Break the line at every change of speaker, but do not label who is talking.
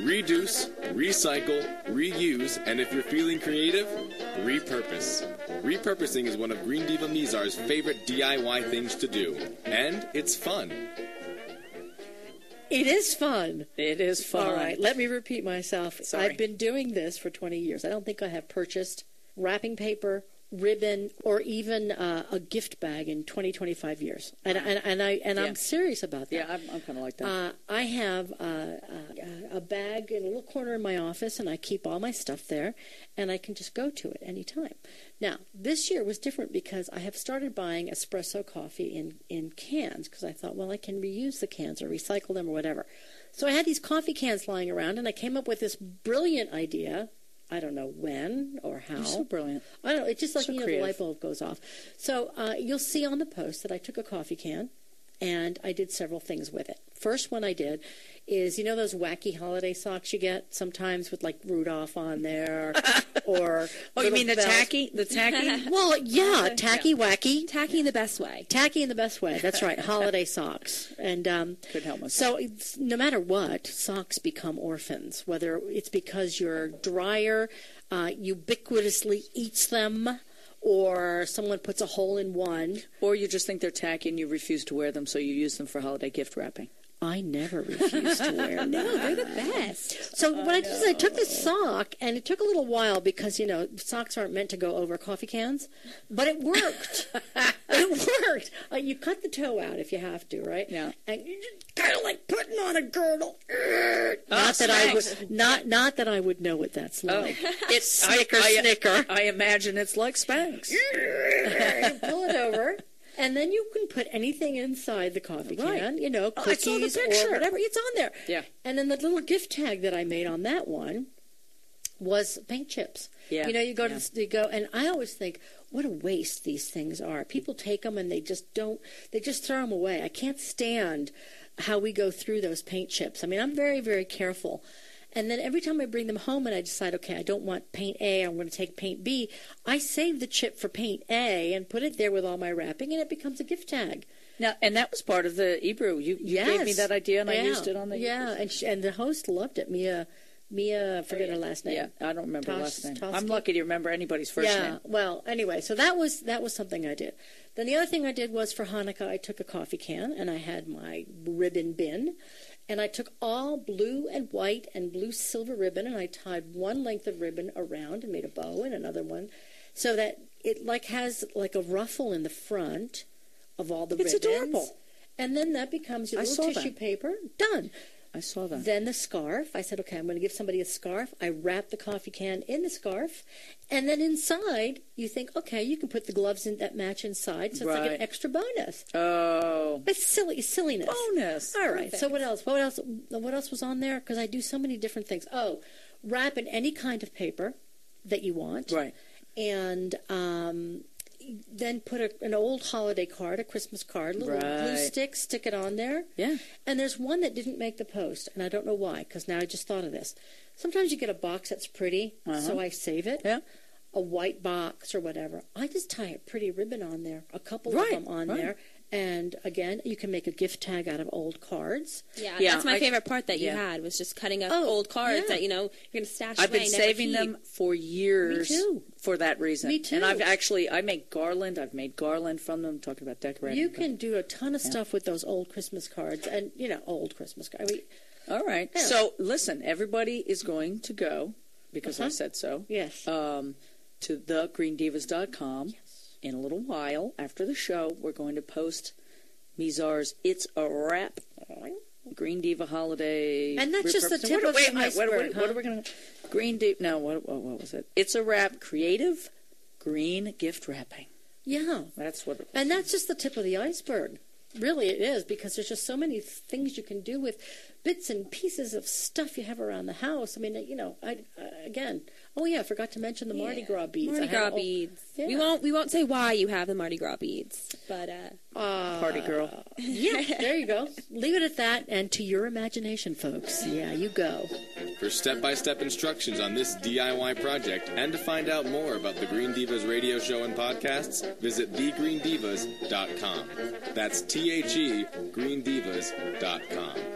Reduce, recycle, reuse, and if you're feeling creative, repurpose. Repurposing is one of Green Diva Mizar's favorite DIY things to do, and it's fun.
It is fun.
It is fun.
All right, let me repeat myself.
Sorry.
I've been doing this for 20 years. I don't think I have purchased wrapping paper, ribbon, or even uh, a gift bag in 20, 25 years. And, and, and, I, and
Yeah.
I'm serious about that.
Yeah, I'm, I'm kind of like that.
Uh, I have uh, uh, a bag in a little corner in my office, and I keep all my stuff there, and I can just go to it anytime. Now, this year was different because I have started buying espresso coffee in, in cans because I thought, well, I can reuse the cans or recycle them or whatever. So I had these coffee cans lying around, and I came up with this brilliant idea. I don't know when or how.
You're so brilliant.
I don't know. It's just like
So
you know,
creative.
the light bulb goes off. So uh, you'll see on the post that I took a coffee can and I did several things with it. First one I did is you know those wacky holiday socks you get sometimes with like Rudolph on there or
Oh, you
little
mean the
bells.
tacky? The tacky?
Well, yeah, tacky wacky.
Tacky in the best way.
Tacky in the best way. That's right. Holiday socks and um,
Could help us.
So it's, no matter what, socks become orphans. Whether it's because your dryer uh, ubiquitously eats them, or someone puts a hole in one.
or you just think they're tacky and you refuse to wear them, so you use them for holiday gift wrapping.
I never refuse to wear them.
No, they're the best.
So what I did is I took this sock, and it took a little while because you know socks aren't meant to go over coffee cans, but it worked. it worked. Uh, you cut the toe out if you have to, right?
Yeah.
And you just kind of like putting on a girdle.
Ah,
Ugh. not that I
Oh, snacks. Oh.
would not not that I would know what that's like.
It's
Snicker, snicker.
I imagine it's like Spanx.
you pull it over. And then you can put anything inside the coffee
Right. Oh,
can, you know,
I saw the
cookies
picture.
or whatever. It's on there.
Yeah.
And then the little gift tag that I made on that one was paint chips.
Yeah.
You know, you go
Yeah.
to the, you go, and I always think, what a waste these things are. People take them and they just don't. They just throw them away. I can't stand how we go through those paint chips. I mean, I'm very, very careful. And then every time I bring them home and I decide, okay, I don't want paint A, I'm going to take paint B, I save the chip for paint A and put it there with all my wrapping, and it becomes a gift tag.
Now, and that was part of the Ebrew. You, you gave me
Yes.
that idea, and I
Yeah.
used it on the
yeah, and she, and the host loved it. Mia, Mia, I forget her last name.
Oh, Yeah, I don't remember
Tosh-
last name.
Toski?
I'm lucky to remember anybody's first
yeah.
name.
Well, anyway, so that was that was something I did. Then the other thing I did was for Hanukkah, I took a coffee can and I had my ribbon bin, and I took all blue and white and blue silver ribbon, and I tied one length of ribbon around and made a bow and another one, so that it like has like a ruffle in the front of all the
It's
ribbons.
adorable.
And then that becomes your
I
little
saw
tissue
that.
paper. Done.
I saw that.
Then the scarf. I said, okay, I'm going to give somebody a scarf. I wrap the coffee can in the scarf. And then inside, you think, okay, you can put the gloves in that match inside. So it's like
Right.
an extra bonus.
oh,
It's silly, silliness.
bonus.
All right. So what else? What else? What else was on there? Because I do so many different things. Oh, wrap in any kind of paper that you want.
Right.
And um, then put a, an old holiday card, a Christmas card, little glue
Right.
stick, stick it on there.
Yeah.
And there's one that didn't make the post, and I don't know why. Because now I just thought of this. Sometimes you get a box that's pretty, so I save it.
Uh-huh. Yeah.
A white box or whatever. I just tie a pretty ribbon on there, a couple
Right,
of them on
right.
there. And again, you can make a gift tag out of old cards.
Yeah,
Yeah,
that's my
I-
favorite part that you
yeah.
had was just cutting up
Oh,
old cards
yeah.
that you know you're gonna stash
I've
away.
been
never
saving
keep.
them for years
Me too.
for that reason.
Me too.
And I've actually I make garland. I've made garland from them. Talking about decorating.
You
but-
can do a ton of stuff with those old Christmas cards, and you know, old Christmas cards. I mean,
All right.
Yeah.
So listen, everybody is going to go because
Uh-huh.
I said so.
Yes.
Um, to thegreendivas.com yes. in a little while after the show. We're going to post Mizar's "It's a Wrap" Green Diva Holiday,
And that's just the
repurposing.
tip
what,
of
wait
the
a minute, What, what,
iceberg,
what
huh?
are we going to? Green Diva. No. What, what, what was it? It's a wrap. Creative green gift wrapping.
yeah,
That's what.
and that's just the tip of the iceberg. Really, it is because there's just so many things you can do with bits and pieces of stuff you have around the house. I mean, you know, I, I again. Oh yeah, I forgot to mention the Mardi
Yeah.
Gras beads.
Mardi
I have
Gras
all-
beads.
Yeah.
We won't we won't say why you have the Mardi Gras beads, but uh,
Party girl.
Yeah, there you go. Leave it at that, and to your imagination, folks. Yeah, you go.
For step by step instructions on this DIY project and to find out more about the Green Divas radio show and podcasts, visit thegreendivas.com. That's T H E, greendivas.com.